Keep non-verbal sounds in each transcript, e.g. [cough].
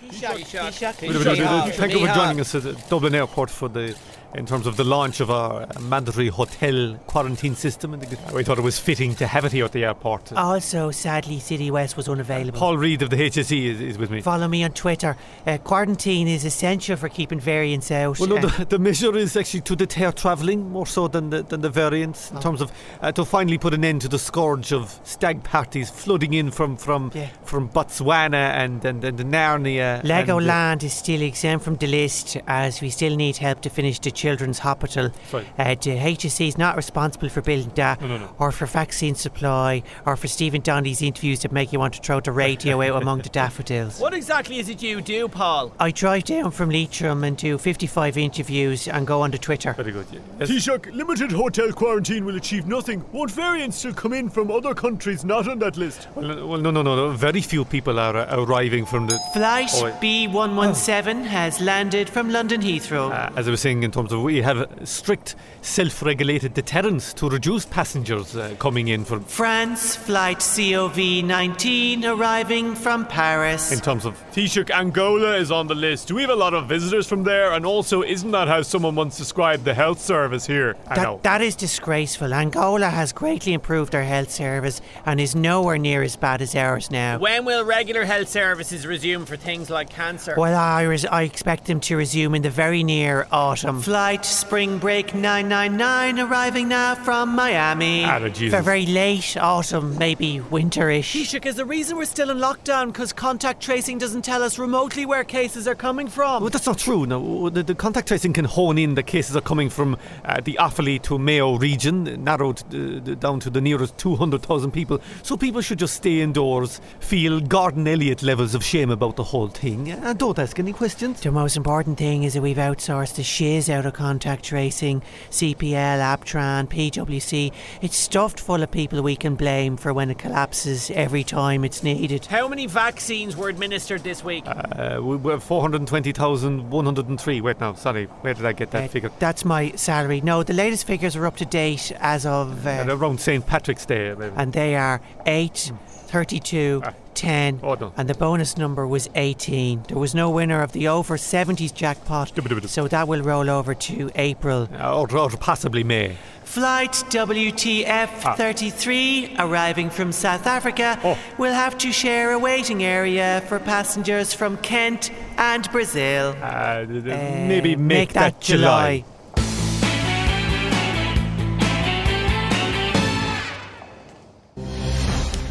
Taoiseach. Taoiseach. Wait a minute, Taoiseach. uh, Thank you for Taoiseach. joining us at uh, Dublin Airport for the, in terms of the launch of our Madry Hotel quarantine system. And the, we thought it was fitting to have it here at the airport. Oh, Also, sadly, City West was unavailable. Paul Reed of the HSE is, is with me. Follow me on Twitter. Uh, quarantine is essential for keeping variants out. Uh, Well, no, and- [laughs] the, the measure is actually to deter travelling more so than the, than the variants in Oh. terms of uh, to finally put an end to the scourge of stag parties flooding in from from, Yeah. from Botswana and, and, and Narnia. and, uh, Legoland is still exempt from the list as we still need help to finish the children's hospital. Right. Uh, the HSC is not responsible for building that no, no. or for vaccine supply or for Stephen Donnelly's interviews that make you want to throw the radio out among [laughs] the daffodils. What exactly is it you do, Paul? I drive down from Leitrim and do 55 interviews and go onto Twitter. Very good. yeah. Yes. Taoiseach, limited hotel quarantine will achieve nothing. Won't variants still come in from other countries not on that list? Well, no- well, no, no, no, no. Very few people are uh, arriving from the. Flight Oh, wait. B117 has landed from London Heathrow. Uh, as I was saying, in terms of we have strict self-regulated deterrence to reduce passengers uh, coming in from. France flight COV19 arriving from Paris. In terms of Taoiseach, Angola is on the list. Do we have a lot of visitors from there? And also, isn't that how someone once described the health service here? I know. That, that is disgraceful. Angola has greatly improved their health service and is nowhere near as bad as ours now. When will regular health services resume for things like cancer? Well, I, res- I expect them to resume in the very near autumn. Flight Spring Break 999 arriving now from Miami. Ah, no, Jesus. For very late autumn, maybe winterish. Taoiseach, is the reason we're still in lockdown because contact tracing doesn't tell us remotely where cases are coming from? Well, that's not true. No, the, the contact tracing can hone in. The cases are coming from uh, the Offaly to Mayo region, narrowed uh, down to the nearest 200,000 people. So people should just stay indoors, feel Gordon Elliott levels of shame about the whole thing, and don't ask any questions. The most important thing is that we've outsourced the shiz out of contact tracing, CPL, Aptran, PwC. It's stuffed full of people we can blame for when it collapses every time it's needed. How many vaccines were administered this week? Uh, we were 420,103. Wait, now, sorry, where did I get that Uh, figure? That's my salary. No, the latest figures are up to date as of. Uh, And around St. Patrick's Day. maybe. and they are 8, 32, Ah. 10, Oh, no. and the bonus number was 18. There was no winner of the over 70s jackpot, Dibba-dibba-dib. so that will roll over to April. Uh, or, or possibly May. Flight WTF 33, arriving from South Africa, Oh. will have to share a waiting area for passengers from Kent and Brazil. Uh, th- th- Uh, maybe make, that, July.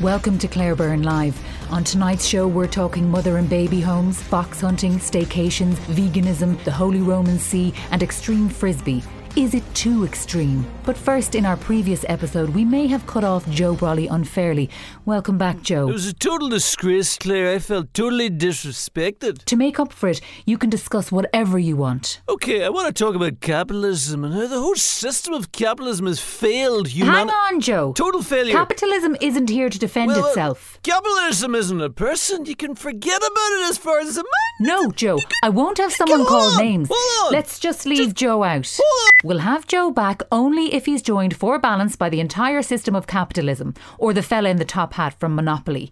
Welcome to Clareburn Live. On tonight's show, we're talking mother and baby homes, fox hunting, staycations, veganism, the Holy Roman See, and extreme frisbee. Is it too extreme? But first, in our previous episode, we may have cut off Joe Brawley unfairly. Welcome back, Joe. It was a total disgrace, Claire. I felt totally disrespected. to make up for it, you can discuss whatever you want. Okay, I want to talk about capitalism and how the whole system of capitalism has failed Hang humanity. on, Joe. Total failure. Capitalism isn't here to defend Well, uh, itself. Capitalism isn't a person. You can forget about it as far as a man. No, Joe, I won't have someone call on, names. hold on. Let's just leave Joe out. Hold We'll have Joe back only if he's joined for balance by the entire system of capitalism or the fella in the top hat from Monopoly.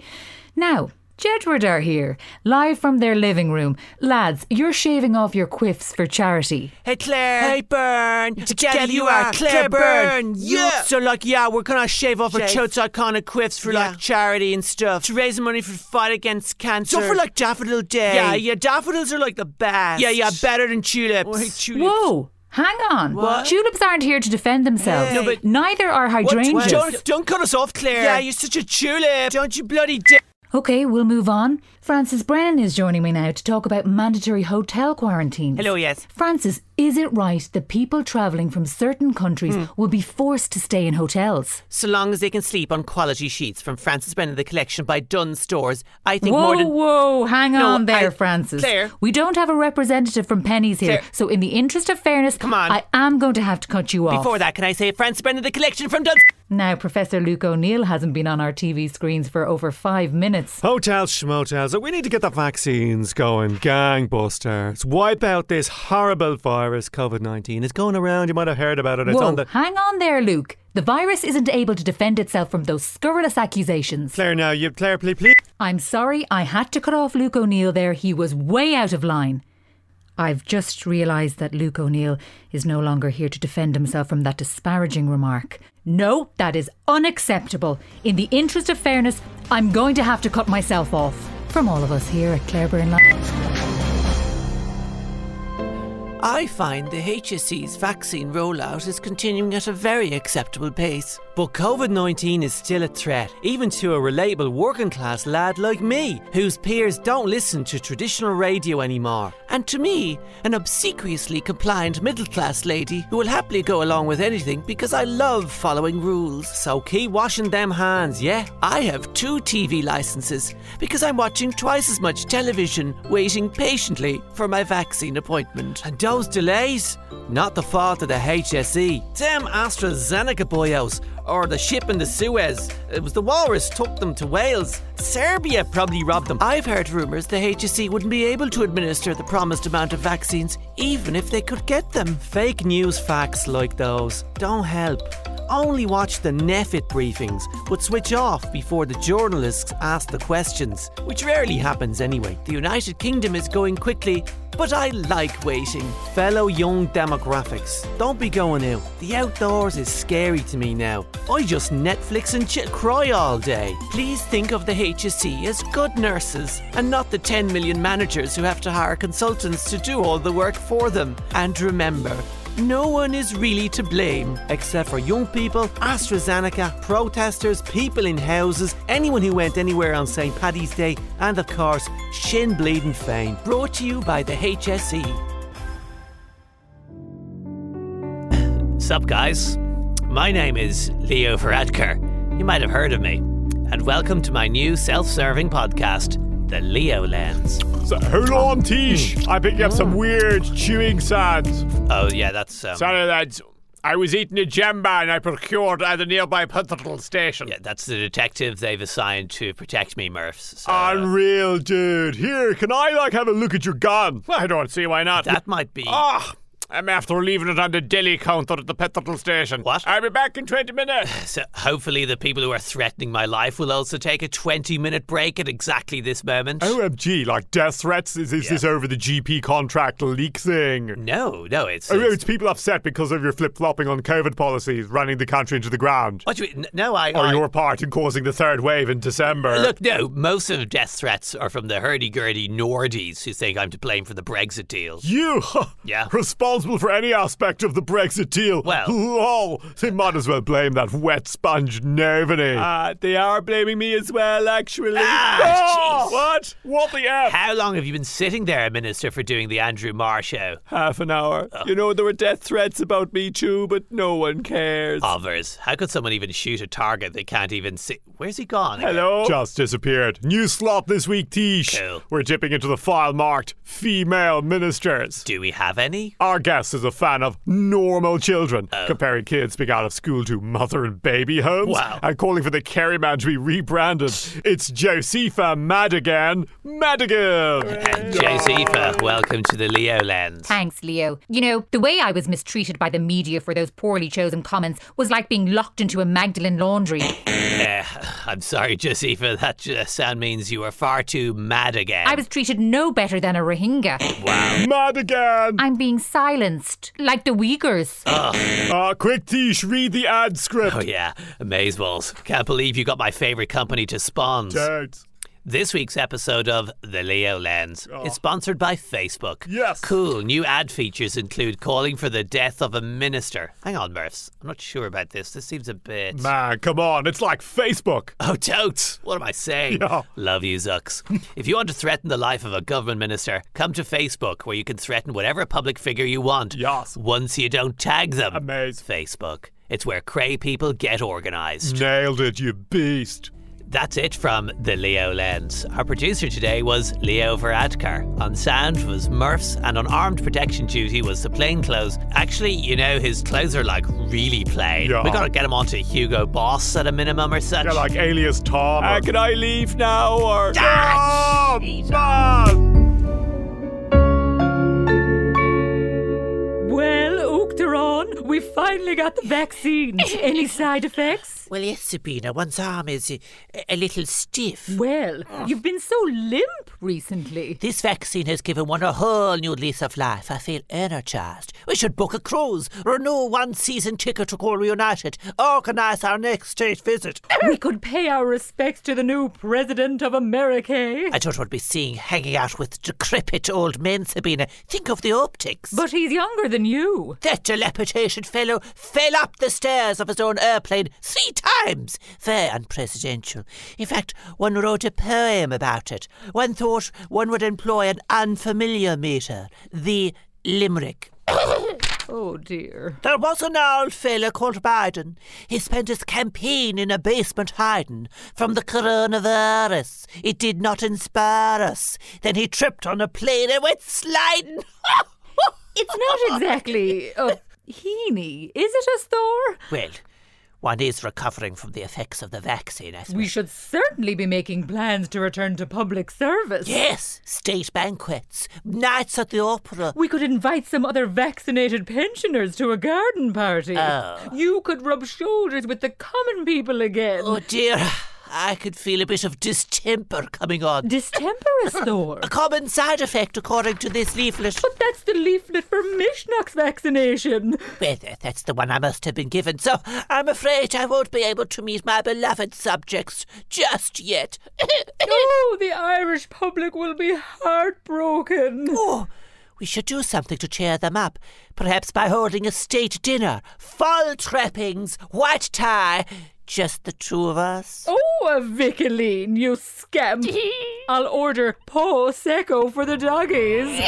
Now, Jedward are here, live from their living room. Lads, you're shaving off your quiffs for charity. Hey Claire. Hey, Burn. Together you are, Claire Byrne. Yeah. So like yeah, we're gonna shave off our Shave. chote's iconic quiffs for Yeah. like charity and stuff. To raise money for fight against cancer. So for, like, Daffodil Day. Yeah, yeah, daffodils are like the best. Yeah, yeah, better than tulips. Wait, Julie. Whoa! Hang on. What? Tulips aren't here to defend themselves. No, but- Neither are What? hydrangeas. Don't, don't cut us off, Claire. Yeah, you're such a tulip. Don't you bloody d- Okay, we'll move on. Francis Brennan is joining me now to talk about mandatory hotel quarantines. Hello, yes. Francis, is it right that people travelling from certain countries Hmm. will be forced to stay in hotels? So long as they can sleep on quality sheets from Francis Brennan, the collection by Dunn Stores. I think Whoa, more than whoa, hang No, on there, I- Francis. Claire. We don't have a representative from Pennies here, Claire. so in the interest of fairness, Come on. I am going to have to cut you off. before that, can I say Francis Brennan, the collection from Dunn? Now, Professor Luke O'Neill hasn't been on our TV screens for over five minutes. Hotels, schmotels, we need to get the vaccines going, gangbusters. Wipe out this horrible virus COVID 19. It's going around. You might have heard about it. It's Whoa, on the. [laughs] hang on there, Luke. The virus isn't able to defend itself from those scurrilous accusations. Claire, now, you. Claire, please, please. I'm sorry, I had to cut off Luke O'Neill there. He was way out of line. I've just realised that Luke O'Neill is no longer here to defend himself from that disparaging remark. No, that is unacceptable. In the interest of fairness, I'm going to have to cut myself off. From all of us here at Clareburn Live. I find the HSC's vaccine rollout is continuing at a very acceptable pace. But COVID 19 is still a threat, even to a relatable working class lad like me, whose peers don't listen to traditional radio anymore. And to me, an obsequiously compliant middle class lady who will happily go along with anything because I love following rules. So keep washing them hands, yeah? I have two TV licenses because I'm watching twice as much television, waiting patiently for my vaccine appointment. And those delays? Not the fault of the HSE. Damn AstraZeneca boyos. Or the ship in the Suez. It was the walrus took them to Wales. Serbia probably robbed them. I've heard rumours the HSE wouldn't be able to administer the promised amount of vaccines, even if they could get them. Fake news facts like those don't help. Only watch the NEFIT briefings, but switch off before the journalists ask the questions, which rarely happens anyway. The United Kingdom is going quickly, but I like waiting. Fellow young demographics, don't be going out. The outdoors is scary to me now. I just Netflix and chit cry all day. Please think of the HSC as good nurses and not the 10 million managers who have to hire consultants to do all the work for them. And remember, no one is really to blame except for young people, AstraZeneca, protesters, people in houses, anyone who went anywhere on St. Paddy's Day, and of course, shin bleeding fame. Brought to you by the HSE. Sup, guys? My name is Leo Varadkar. You might have heard of me. And welcome to my new self serving podcast, The Leo Lens. So, hold on, Tish. I picked up some weird chewing sounds. Hmm. Oh, yeah, that's. Um, Sorry, lads. I was eating a jamba and I procured at a nearby petrol station. Yeah, that's the detective they've assigned to protect me, Murphs. So Unreal, dude. Here, can I like have a look at your gun? I don't see why not. that might be. Ah, I'm after leaving it on the deli counter at the petrol station. What? I'll be back in 20 minutes. [sighs] So hopefully, the people who are threatening my life will also take a 20 minute break at exactly this moment. OMG, like death threats? Is, is this over the GP contract leak thing? No, no, it's. Oh, it's- it's people upset because of your flip flopping on COVID policies, running the country into the ground. what do you mean? No, I. Or I- your part in causing the third wave in December. Look, no, most of the death threats are from the hurdy gurdy Nordies who think I'm to blame for the Brexit deal. You, Yeah. responsible for any aspect of the Brexit deal. Well- lol. They might as well blame that wet sponge Nervany. Ah, they are blaming me as well, actually. [laughs] Oh, Ah, jeez. what? What the f? How long have you been sitting there, Minister, for doing the Andrew Marr show? Half an hour. Oh. You know there were death threats about me too, but no one cares. Oh, Hovers. How could someone even shoot a target they can't even see? Where's he gone? again? Hello? Just disappeared. New slot this week, Tish. Cool. We're dipping into the file marked female ministers. Do we have any? Oh. Our guest is a fan of normal children, comparing kids being out of school to mother and baby homes, Wow. and calling for the Kerry man to be [laughs] rebranded. it's Josepha Madigan Madigan. And Josepha, welcome to the Leo Lens. Thanks, Leo. You know, the way I was mistreated by the media for those poorly chosen comments was like being locked into a Magdalene laundry. Eh, I'm sorry, Josefa. That uh, sound means you are far too mad again. I was treated no better than a Rohingya. Madigan! I'm being silenced, like the Uyghurs. Ah, quick, Tish, read the ad script. Oh yeah, amazeballs! Can't believe you got my favorite company to spons. Thanks. This week's episode of The Leo Lens is sponsored by Facebook. Ah. Yes. Cool new ad features include calling for the death of a minister. Hang on, Murphs. I'm not sure about this. This seems a bit. Man, come on, it's like Facebook. Oh, totes! What am I saying? [laughs] Yeah. Love you, Zucks. if you want to threaten the life of a government minister, come to Facebook, where you can threaten whatever public figure you want. Yes. Once you don't tag them. Amaze. Facebook. It's where cray people get organised. Nailed it, you beast. That's it from The Leo Lens. Our producer today was Leo Varadkar. On sound was Murphs, and on armed protection duty was the plainclothes. Actually, you know, his clothes are like really plain. Yeah. we got to get him onto Hugo Boss at a minimum or such. Yeah, like alias Tom. or- Uh, can I leave now? Or. Oh, [laughs] Ah, man! finally got the [laughs] vaccine. Any side effects? Well, yes, Sabina, one's arm is a, a little stiff. Well, you've been so limp recently. This vaccine has given one a whole new lease of life. I feel energized. We should book a cruise, renew one season ticket to Cork United, organise our next state visit. We could pay our respects to the new President of America. I don't want to be seen hanging out with decrepit old men, Sabina. Think of the optics. But he's younger than you. That dilapidated fellow fell up the stairs of his own airplane three times. Very unpresidential. In fact, one wrote a poem about it. One thought one would employ an unfamiliar meter, the limerick. Oh dear. There was an old fella called Biden. He spent his campaign in a basement hiding from the coronavirus. It did not inspire us. Then he tripped on a plane and went sliding. [laughs] It's not exactly Oh, a heeny, is it, Asthor? Well, one is recovering from the effects of the vaccine, I suppose. We should certainly be making plans to return to public service. Yes, state banquets, nights at the opera. We could invite some other vaccinated pensioners to a garden party. Oh. You could rub shoulders with the common people again. Oh dear, I could feel a bit of distemper coming on. Distemper, [laughs] Asthor. A common side effect, according to this leaflet. But that's the leaflet for Mishnock's vaccination. Well, th- that's the one I must have been given, so I'm afraid I won't be able to meet my beloved subjects just yet. [laughs] Oh, the Irish public will be heartbroken. Oh, we should do something to cheer them up. Perhaps by holding a state dinner, full trappings, white tie, just the two of us. Oh, a [laughs] Vicaline, you scamp. I'll order Po Secco for the doggies.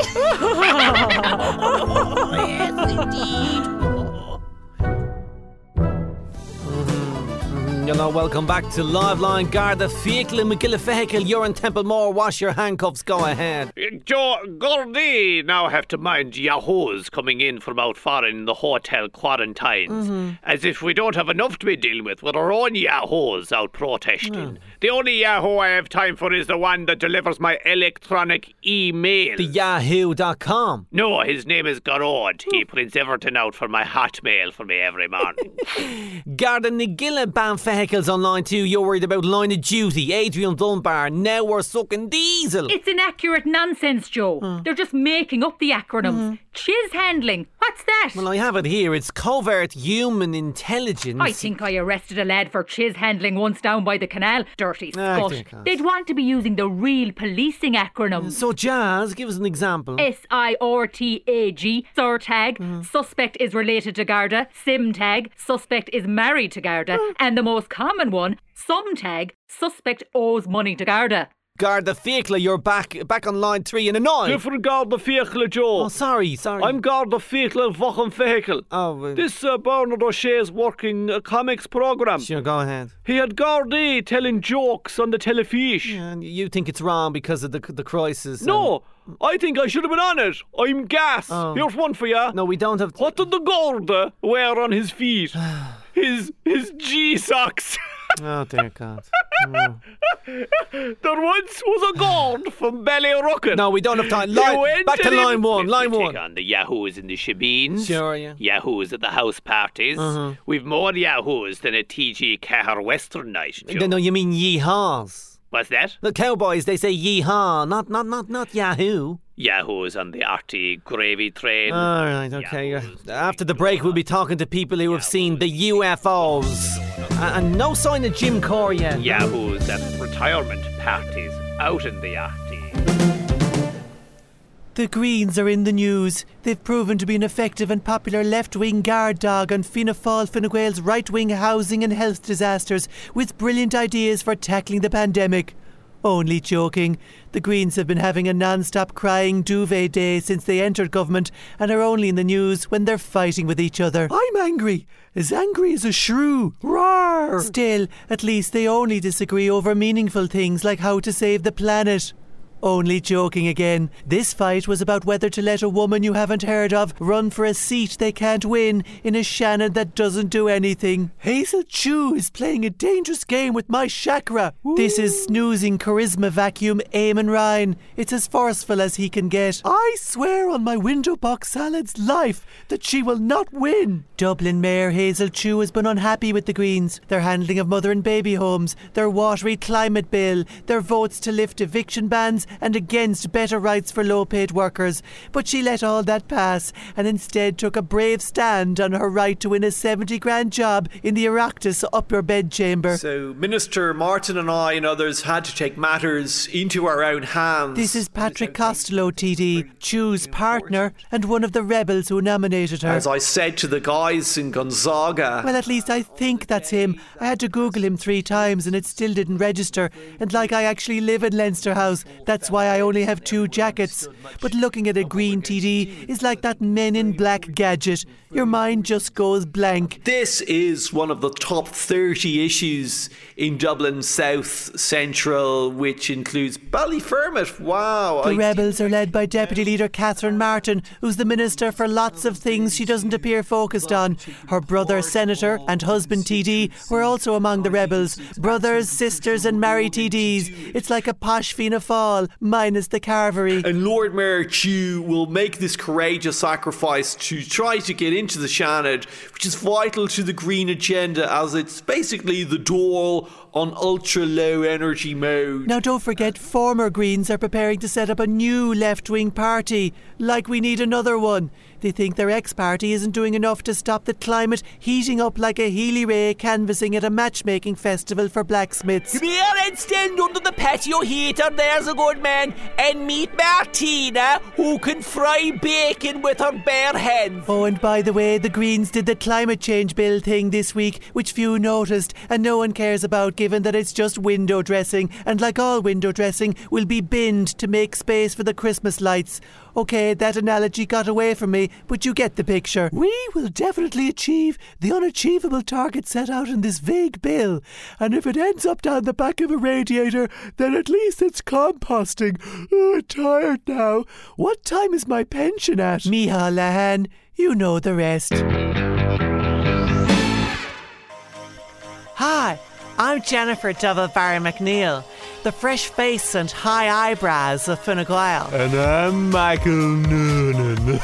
You're now welcome back to Live Line Garda Fiacla McGillifehicle. You're in Templemore. Wash your handcuffs. Go ahead. Jo- Gordy now have to mind yahoos coming in from out far in the hotel quarantines. Mm-hmm. As if we don't have enough to be dealing with with our own yahoos out protesting. Mm. The only yahoo I have time for is the one that delivers my electronic email. The Yahoo.com. no, his name is Garod. Oh. He prints everything out for my hotmail for me every [laughs] morning. Garda Nagilla ban vehicles online too. You're worried about line of duty. Adrian Dunbar. Now we're sucking diesel. [laughs] It's inaccurate nonsense, Joe. They're just making up the Mm-hmm. acronyms. Chiz handling. What's that? Well, I have it here. It's covert human intelligence. I think I arrested a lad for chiz handling once down by the canal. Dirty Ah, I scut. think I- They'd want to be using the real policing acronyms. So, Jazz, give us an example. S I R T A G, SIR tag, Hmm. suspect is related to Garda, SIM tag, suspect is married to Garda, Hmm. and the most common one, SUM tag, suspect owes money to Garda. Garda Fiacla, you're back back on line three and a nine. Different Garda Fiacla, Joe. Oh, sorry, sorry. I'm Garda Fiacla Vachen Vehicle. Oh, uh, This uh, Bernard O'Shea's working a comics program. Sure, go ahead. He had Gardy telling jokes on the telefiche. And you think it's wrong because of the the crisis? and- No, I think I should have been on it. I'm gas. Oh. Here's one for ya. no, we don't have. What did the Garda wear on his feet? [sighs] his his G [laughs] socks. Oh dear God. Mm. there once was a Gord from Ballyrocken. No, we don't have time. Line, went back to and line it- one. If Line we one. Take on the Yahoos and the Shabeens. Sure, yeah. Uh-huh. Yahoos at the house parties. We've more Yahoos than a TG Cahar Western night. Joe. No, you mean yeehaws. What's that? The cowboys they say yeehaw, not not not not yahoo. Yahoos on the arty gravy train. All right, okay. you're- After the break, we'll be talking to people who have seen the UFOs, A- and no sign of Jim Core yet. Yahoos at retirement parties out in the arty. The Greens are in the news. They've proven to be an effective and popular left wing guard dog on Fianna Fáil Fine Gael's right wing housing and health disasters with brilliant ideas for tackling the pandemic. Only joking. The Greens have been having a non stop crying duvet day since they entered government and are only in the news when they're fighting with each other. I'm angry. As angry as a shrew. Roar! Still, at least they only disagree over meaningful things like how to save the planet. Only joking again. This fight was about whether to let a woman you haven't heard of run for a seat they can't win in a Shannon that doesn't do anything. Hazel Chu is playing a dangerous game with my chakra. This is snoozing charisma vacuum Eamon Ryan. It's as forceful as he can get. I swear on my window box salad's life that she will not win. Dublin Mayor Hazel Chu has been unhappy with the Greens, their handling of mother and baby homes, their watery climate bill, their votes to lift eviction bans and against better rights for low paid workers. But she let all that pass and instead took a brave stand on her right to win a 70 grand job in the Oireachtas upper bedchamber. So Minister Martin and I and others had to take matters into our own hands. This is Patrick Costello, TD, Chu's partner and one of the rebels who nominated her. As I said to the guys in Gonzaga, Well, at least I think that's him. I had to Google him three times and it still didn't register. And like I actually live in Leinster House, that's why I only have two jackets. But looking at a green TD is like that men in black gadget. Your mind just goes blank. this is one of the top 30 issues in Dublin South Central, which includes Ballyfermot. Wow. The I- rebels are led by Deputy Leader Catherine Martin, who's the Minister for lots of things she doesn't appear focused on. Her brother, Senator, and husband, TD, were also among the rebels. Brothers, sisters, and married TDs. It's like a posh Fianna Fáil, minus the Carvery. and Lord Mayor Chu will make this courageous sacrifice to try to get into the Shannon, which is vital to the green agenda as it's basically the door on ultra low energy mode. Now, don't forget, former Greens are preparing to set up a new left wing party, like we need another one. They think their ex party isn't doing enough to stop the climate heating up like a Healy Ray canvassing at a matchmaking festival for blacksmiths. Come here and stand under the patio heater, there's a good man, and meet Martina, who can fry bacon with her bare hands. Oh, and by the way, the Greens did the climate change bill thing this week, which few noticed and no one cares about, given that it's just window dressing, and like all window dressing, will be binned to make space for the Christmas lights. Okay, that analogy got away from me, but you get the picture. We will definitely achieve the unachievable target set out in this vague bill, and if it ends up down the back of a radiator, then at least it's composting. Oh, I'm tired now. What time is my pension at? Miha Lahan, you know the rest. Hi, I'm Jennifer Double Barry McNeil, the fresh face and high eyebrows of Fine Gael. And I'm Michael [laughs] Noonan.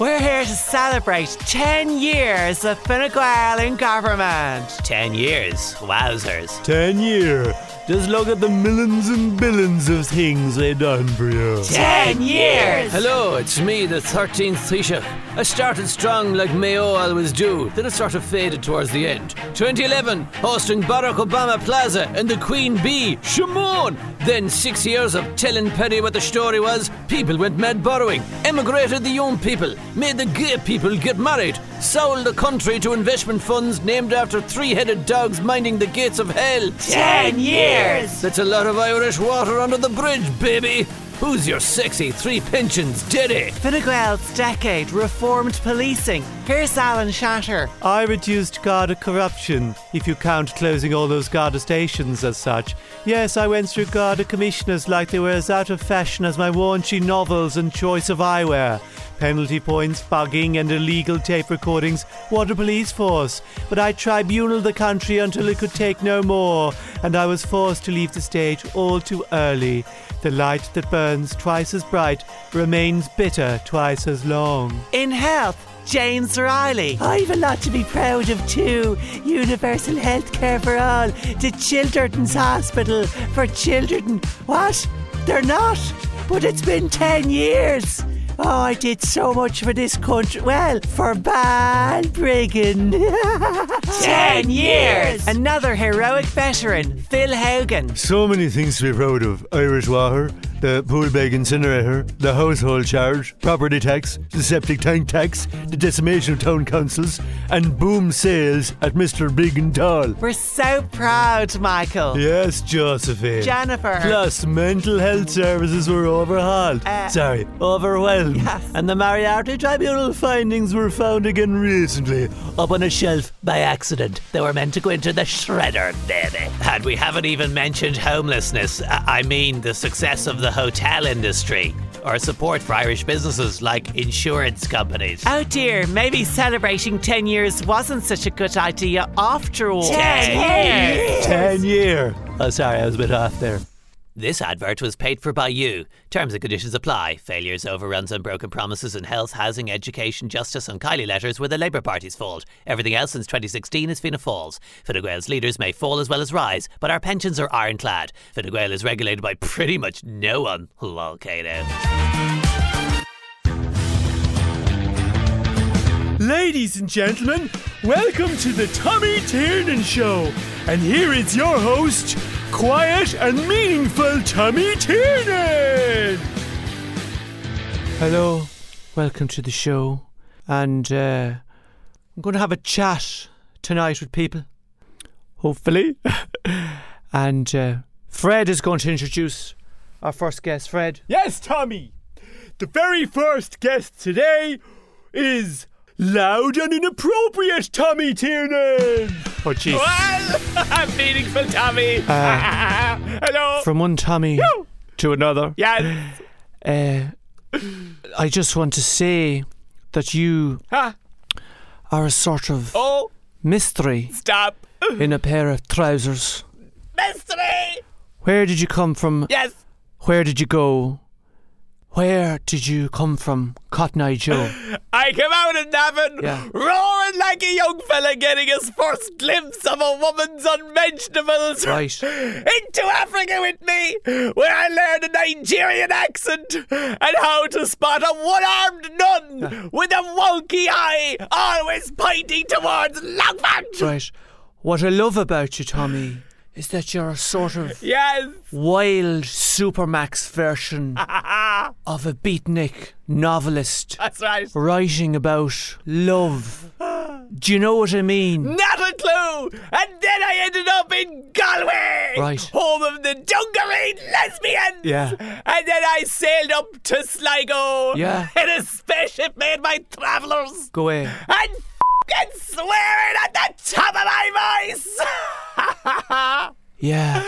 We're here to celebrate 10 years of Fine Gael in government. Ten years. Wowzers. Ten year. Just look at the millions and billions of things they done for you. 10 years! Hello, it's me, the 13th Taoiseach. I started strong like Mayo always do, then it sort of faded towards the end. 2011, hosting Barack Obama Plaza and the Queen Bee, Shimon. Then six years of telling Perry what the story was, people went mad borrowing, emigrated the young people, made the gay people get married, sold the country to investment funds named after three-headed dogs minding the gates of hell. 10 years! That's a lot of Irish water under the bridge, baby. Who's your sexy three pensions diddy? Fine Gael's decade reformed policing. Here's Alan Shatter. I reduced Garda corruption, if you count closing all those Garda stations as such. Yes, I went through Garda commissioners like they were as out of fashion as my raunchy novels and choice of eyewear. Penalty points, bugging, and illegal tape recordings were the police force. But I tribunaled the country until it could take no more, and I was forced to leave the stage all too early. The light that burns twice as bright remains bitter twice as long. In health, James Riley. I've a lot to be proud of too. Universal health care for all. The Children's Hospital for children. What? They're not? But it's been 10 years. Oh, I did so much for this country. Well, for Balbriggan. [laughs] 10 years! Another heroic veteran, Phil Hogan. So many things to be proud of. Irish water, the pool bag incinerator, the household charge, property tax, the septic tank tax, the decimation of town councils, and boom sales at Mr. Big and Tall. We're so proud, Michael. Yes, Josephine. Jennifer. Plus, mental health services were overhauled. Uh, Sorry, overwhelmed. Yes. And the Moriarty Tribunal findings were found again recently. Up on a shelf by accident. They were meant to go into the shredder, baby. And we haven't even mentioned homelessness. I I mean, the success of the the hotel industry or support for Irish businesses like insurance companies. Oh dear, maybe celebrating 10 years wasn't such a good idea after all. 10 years! Ten year. Oh, sorry, I was a bit off there. This advert was paid for by you. Terms and conditions apply. Failures, overruns, unbroken promises in health, housing, education, justice, and Kylie letters were the Labour Party's fault. Everything else since 2016 is Fianna Fáil's. Fine Gael's leaders may fall as well as rise, but our pensions are ironclad. Fine Gael is regulated by pretty much no one. Lol, Kato. Ladies and gentlemen, welcome to the Tommy Tiernan Show. And here is your host, quiet and meaningful Tommy Tiernan. Hello, welcome to the show, and uh, I'm going to have a chat tonight with people, hopefully. [laughs] and uh, Fred is going to introduce our first guest. Fred, Yes, Tommy. The very first guest today is loud and inappropriate Tommy Tiernan. oh jeez, Well, [laughs] meaningful Tommy. [laughs] Hello. Uh, from one Tommy to another. Oh. Yes. Uh, I just want to say that you Huh? are a sort of Oh, mystery stop. in a pair of trousers. Mystery. Where did you come from? Yes. Where did you go? Where did you come from, Cotton [laughs] Eye Joe? I came out of Navan Yeah. roaring like a young fella getting his first glimpse of a woman's unmentionables. Right. Into Africa with me, where I learned a Nigerian accent and how to spot a one armed nun with a wonky eye always pointing towards Langford. right. What I love about you, Tommy, is that you're a sort of Yes. wild Supermax [laughs] version Ah! of a beatnik novelist That's right. writing about [gasps] love. Do you know what I mean? Not a clue! And then I ended up in Galway! Right. Home of the Dungarine lesbians! Yeah. And then I sailed up to Sligo! Yeah. In a spaceship made by travellers! Go away. And f***ing swearing at the top of my voice! [gasps] Yeah.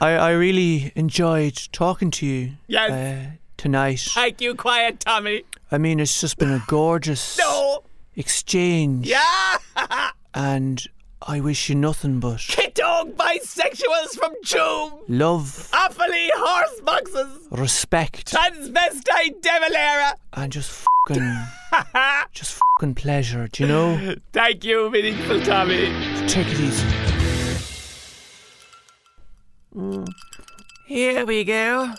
I, I really enjoyed talking to you Yes. uh, tonight. Thank you, quiet Tommy! I mean, it's just been a gorgeous [gasps] No! exchange. Yeah! [laughs] And I wish you nothing but Kid dog bisexuals from June! love, Awfully horse boxes! respect, Transvestite devil [laughs] era! and just fucking, just fucking pleasure. Do [gasps] you know? Thank you, meaningful Tommy! Take it easy. Mm. Here we go.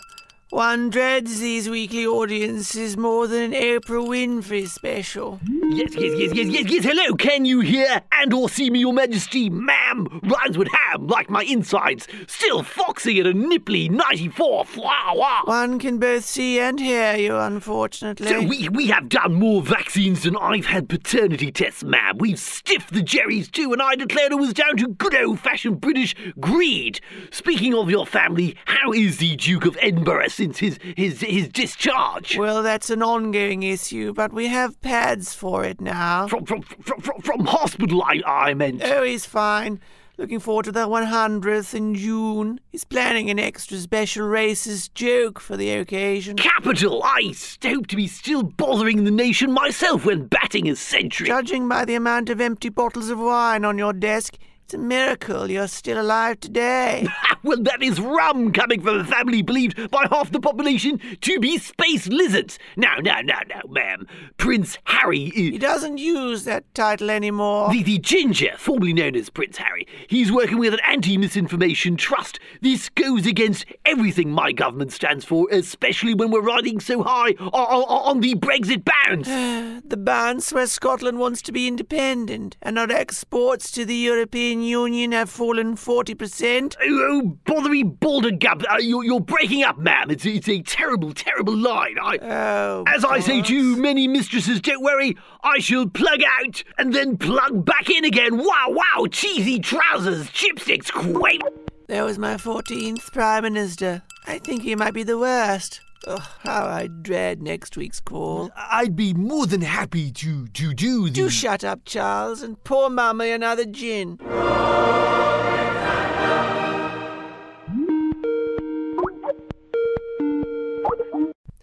One dreads these weekly audiences more than an April Winfrey special. Yes, yes, yes, yes, yes, yes. Hello, can you hear and or see me, Your Majesty? Ma'am, rhymes with ham, like my insides. Still foxy at a nipply 94. Wow, wow. One can both see and hear you, unfortunately. So we, we have done more vaccines than I've had paternity tests, ma'am. We've stiffed the jerrys too, and I declared it was down to good old-fashioned British greed. Speaking of your family, how is the Duke of Edinburgh since his his his discharge? Well, that's an ongoing issue, but we have pads for it now. From from from, from, from hospital, I I meant. Oh, he's fine. Looking forward to the 100th in June. He's planning an extra special racist joke for the occasion. Capital! I hope to be still bothering the nation myself when batting a century. Judging by the amount of empty bottles of wine on your desk, it's a miracle you're still alive today. Ah, [laughs] well, that is rum coming from a family believed by half the population to be space lizards. Now, now, now, now, ma'am. Prince Harry he is. doesn't use that title anymore. The, the ginger, formerly known as Prince Harry, he's working with an anti misinformation trust. This goes against everything my government stands for, especially when we're riding so high on, on the Brexit bounds. [sighs] The bands where Scotland wants to be independent and our exports to the European Union have fallen 40%. Oh, oh, bothery balder gab. Uh, you're, you're breaking up, ma'am. It's, it's a terrible, terrible line. I, Oh, as I say to you, many mistresses, don't worry. I shall plug out and then plug back in again. Wow, wow. Cheesy trousers, chipsticks, quaver. There was my 14th Prime Minister. I think he might be the worst. Ugh, how I dread next week's call. Uh, I'd be more than happy to to do Do shut up, Charles, and pour Mummy another gin.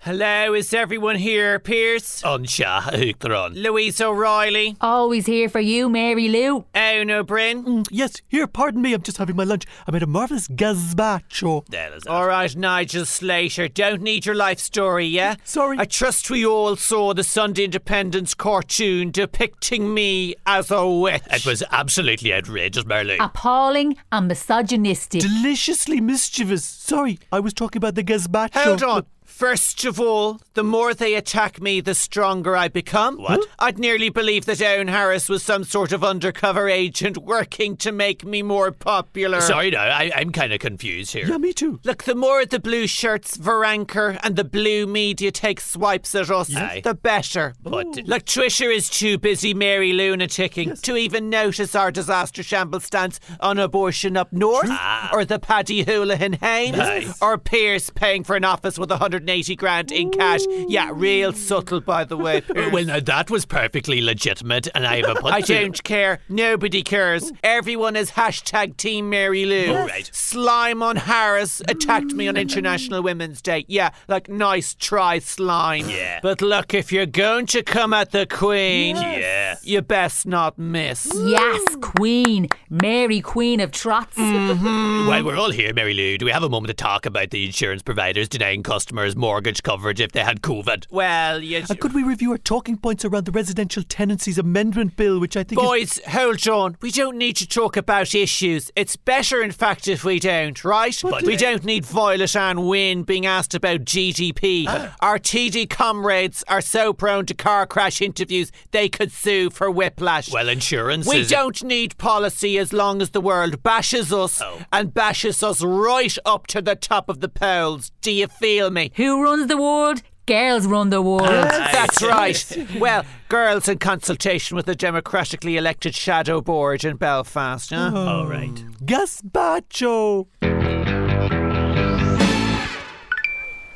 Hello, is everyone here? Pierce? Unsha Uthron. Louise O'Reilly? Always here for you, Mary Lou. Ono Bryn? Mm, Yes, here, pardon me, I'm just having my lunch. I made a marvellous gazpacho. All right, Nigel Slater, don't need your life story, yeah? Sorry. I trust we all saw the Sunday Independence cartoon depicting me as a witch. It was absolutely outrageous, Merlin. Ah, Appalling and misogynistic. Deliciously mischievous. Sorry, I was talking about the gazpacho. Hold on. First of all, the more they attack me, the stronger I become. What? I'd nearly believe that Owen Harris was some sort of undercover agent working to make me more popular. Sorry, no, I, I'm kind of confused here. Yeah, me too. Look, the more the blue shirts veranker and the blue media take swipes at us, Yes. the better. But look, Trisha is too busy Mary lunaticking to even notice our disaster shamble stance on abortion up north, or the Paddy Houlihan Hames, or Pierce paying for an office with 180 grand in cash. Yeah, real subtle, by [laughs] the way. Oh, [laughs] Pierce. Well, now that was perfectly legitimate, and I have a [laughs] I punch. don't care. Nobody cares. Everyone is hashtag Team Mary Lou. right. Slime on Harris attacked me on International Women's Day. Yeah, like nice try, Slime. Yeah. But look, if you're going to come at the Queen, Yeah. you best not miss. Yes, Queen. Mary, Queen of Trots. Mm. While we're all here, Mary Lou, do we have a moment to talk about the insurance providers denying customers mortgage coverage if they had COVID? Well, you. Uh, could we review our talking points around the Residential Tenancies Amendment Bill, which I think is Boys, hold on. We don't need to talk about issues. It's better, in fact, if we don't, right? But we don't need Violet and Wynne being asked about GDP. Ah. Our TD comrades are so prone to car crash interviews, they could sue for whiplash. Well, insurance we is. don't need policy as long as the world bashes us Oh. and bashes us right up to the top of the polls. Do you feel me? Who runs the world? Girls run the world. That's right. Well, girls in consultation with the democratically elected shadow board in Belfast. Huh? Oh. All right. gazpacho.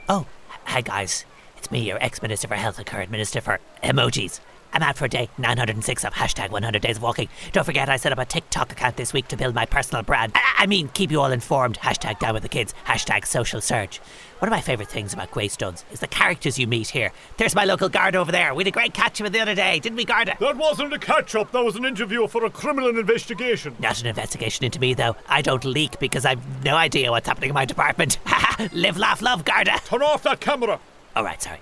Oh, hi guys. It's me, your ex-minister for health and current minister for emojis. I'm out for day 906 of hashtag 100 days of walking. Don't forget, I set up a TikTok account this week to build my personal brand. I, I mean, keep you all informed. Hashtag down with the kids. Hashtag social surge. One of my favorite things about Greystones is the characters you meet here. There's my local guard over there. We had a great catch up the other day, didn't we, Garda? That wasn't a catch up, that was an interview for a criminal investigation. Not an investigation into me, though. I don't leak because I've no idea what's happening in my department. [laughs] Live, laugh, love, Garda. Turn off that camera. All right, sorry.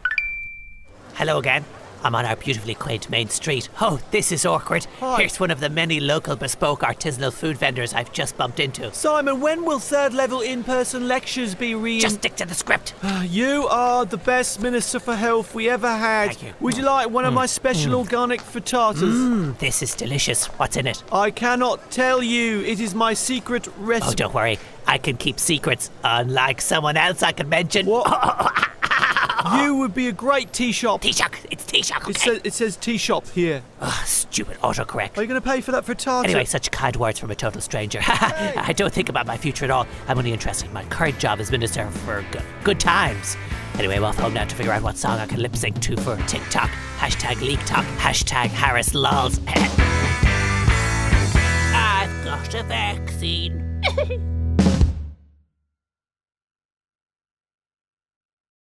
Hello again. I'm on our beautifully quaint main street. Oh, this is awkward. Here's one of the many local bespoke artisanal food vendors I've just bumped into. Simon, when will third level in person lectures be re. Just stick to the script. [sighs] you are the best Minister for Health we ever had. Thank you. Would you like one of Mm. my special organic frittatas? This is delicious. What's in it? I cannot tell you. It is my secret Oh, recipe. don't worry. I can keep secrets, [laughs] unlike someone else I can mention. [laughs] What? you would be a great tea shop. Taoiseach. It's Taoiseach, It, okay? says, it says tea shop here. Ugh, stupid autocorrect. Are you going to pay for that frittata? Anyway, such kind words from a total stranger. [laughs] I don't think about my future at all. I'm only interested in my current job as minister for good, good times. Anyway, I'm off home now to figure out what song I can lip sync to for TikTok. Hashtag LeakTok. Hashtag [laughs] Harris Lols. I've got a vaccine.